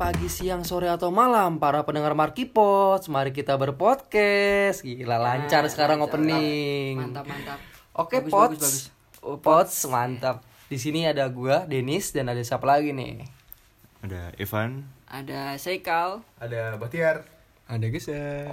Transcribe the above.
pagi, siang, sore, atau malam Para pendengar Markipods, mari kita berpodcast Gila, lancar Nah, sekarang lancar. opening Mantap, mantap. Oke, Bagus, Pods bagus, bagus. Pods, mantap Di sini ada gua, Denis, dan ada siapa lagi nih? Ada Evan, Ada Seikal. Ada Bahtiar. Ada geser.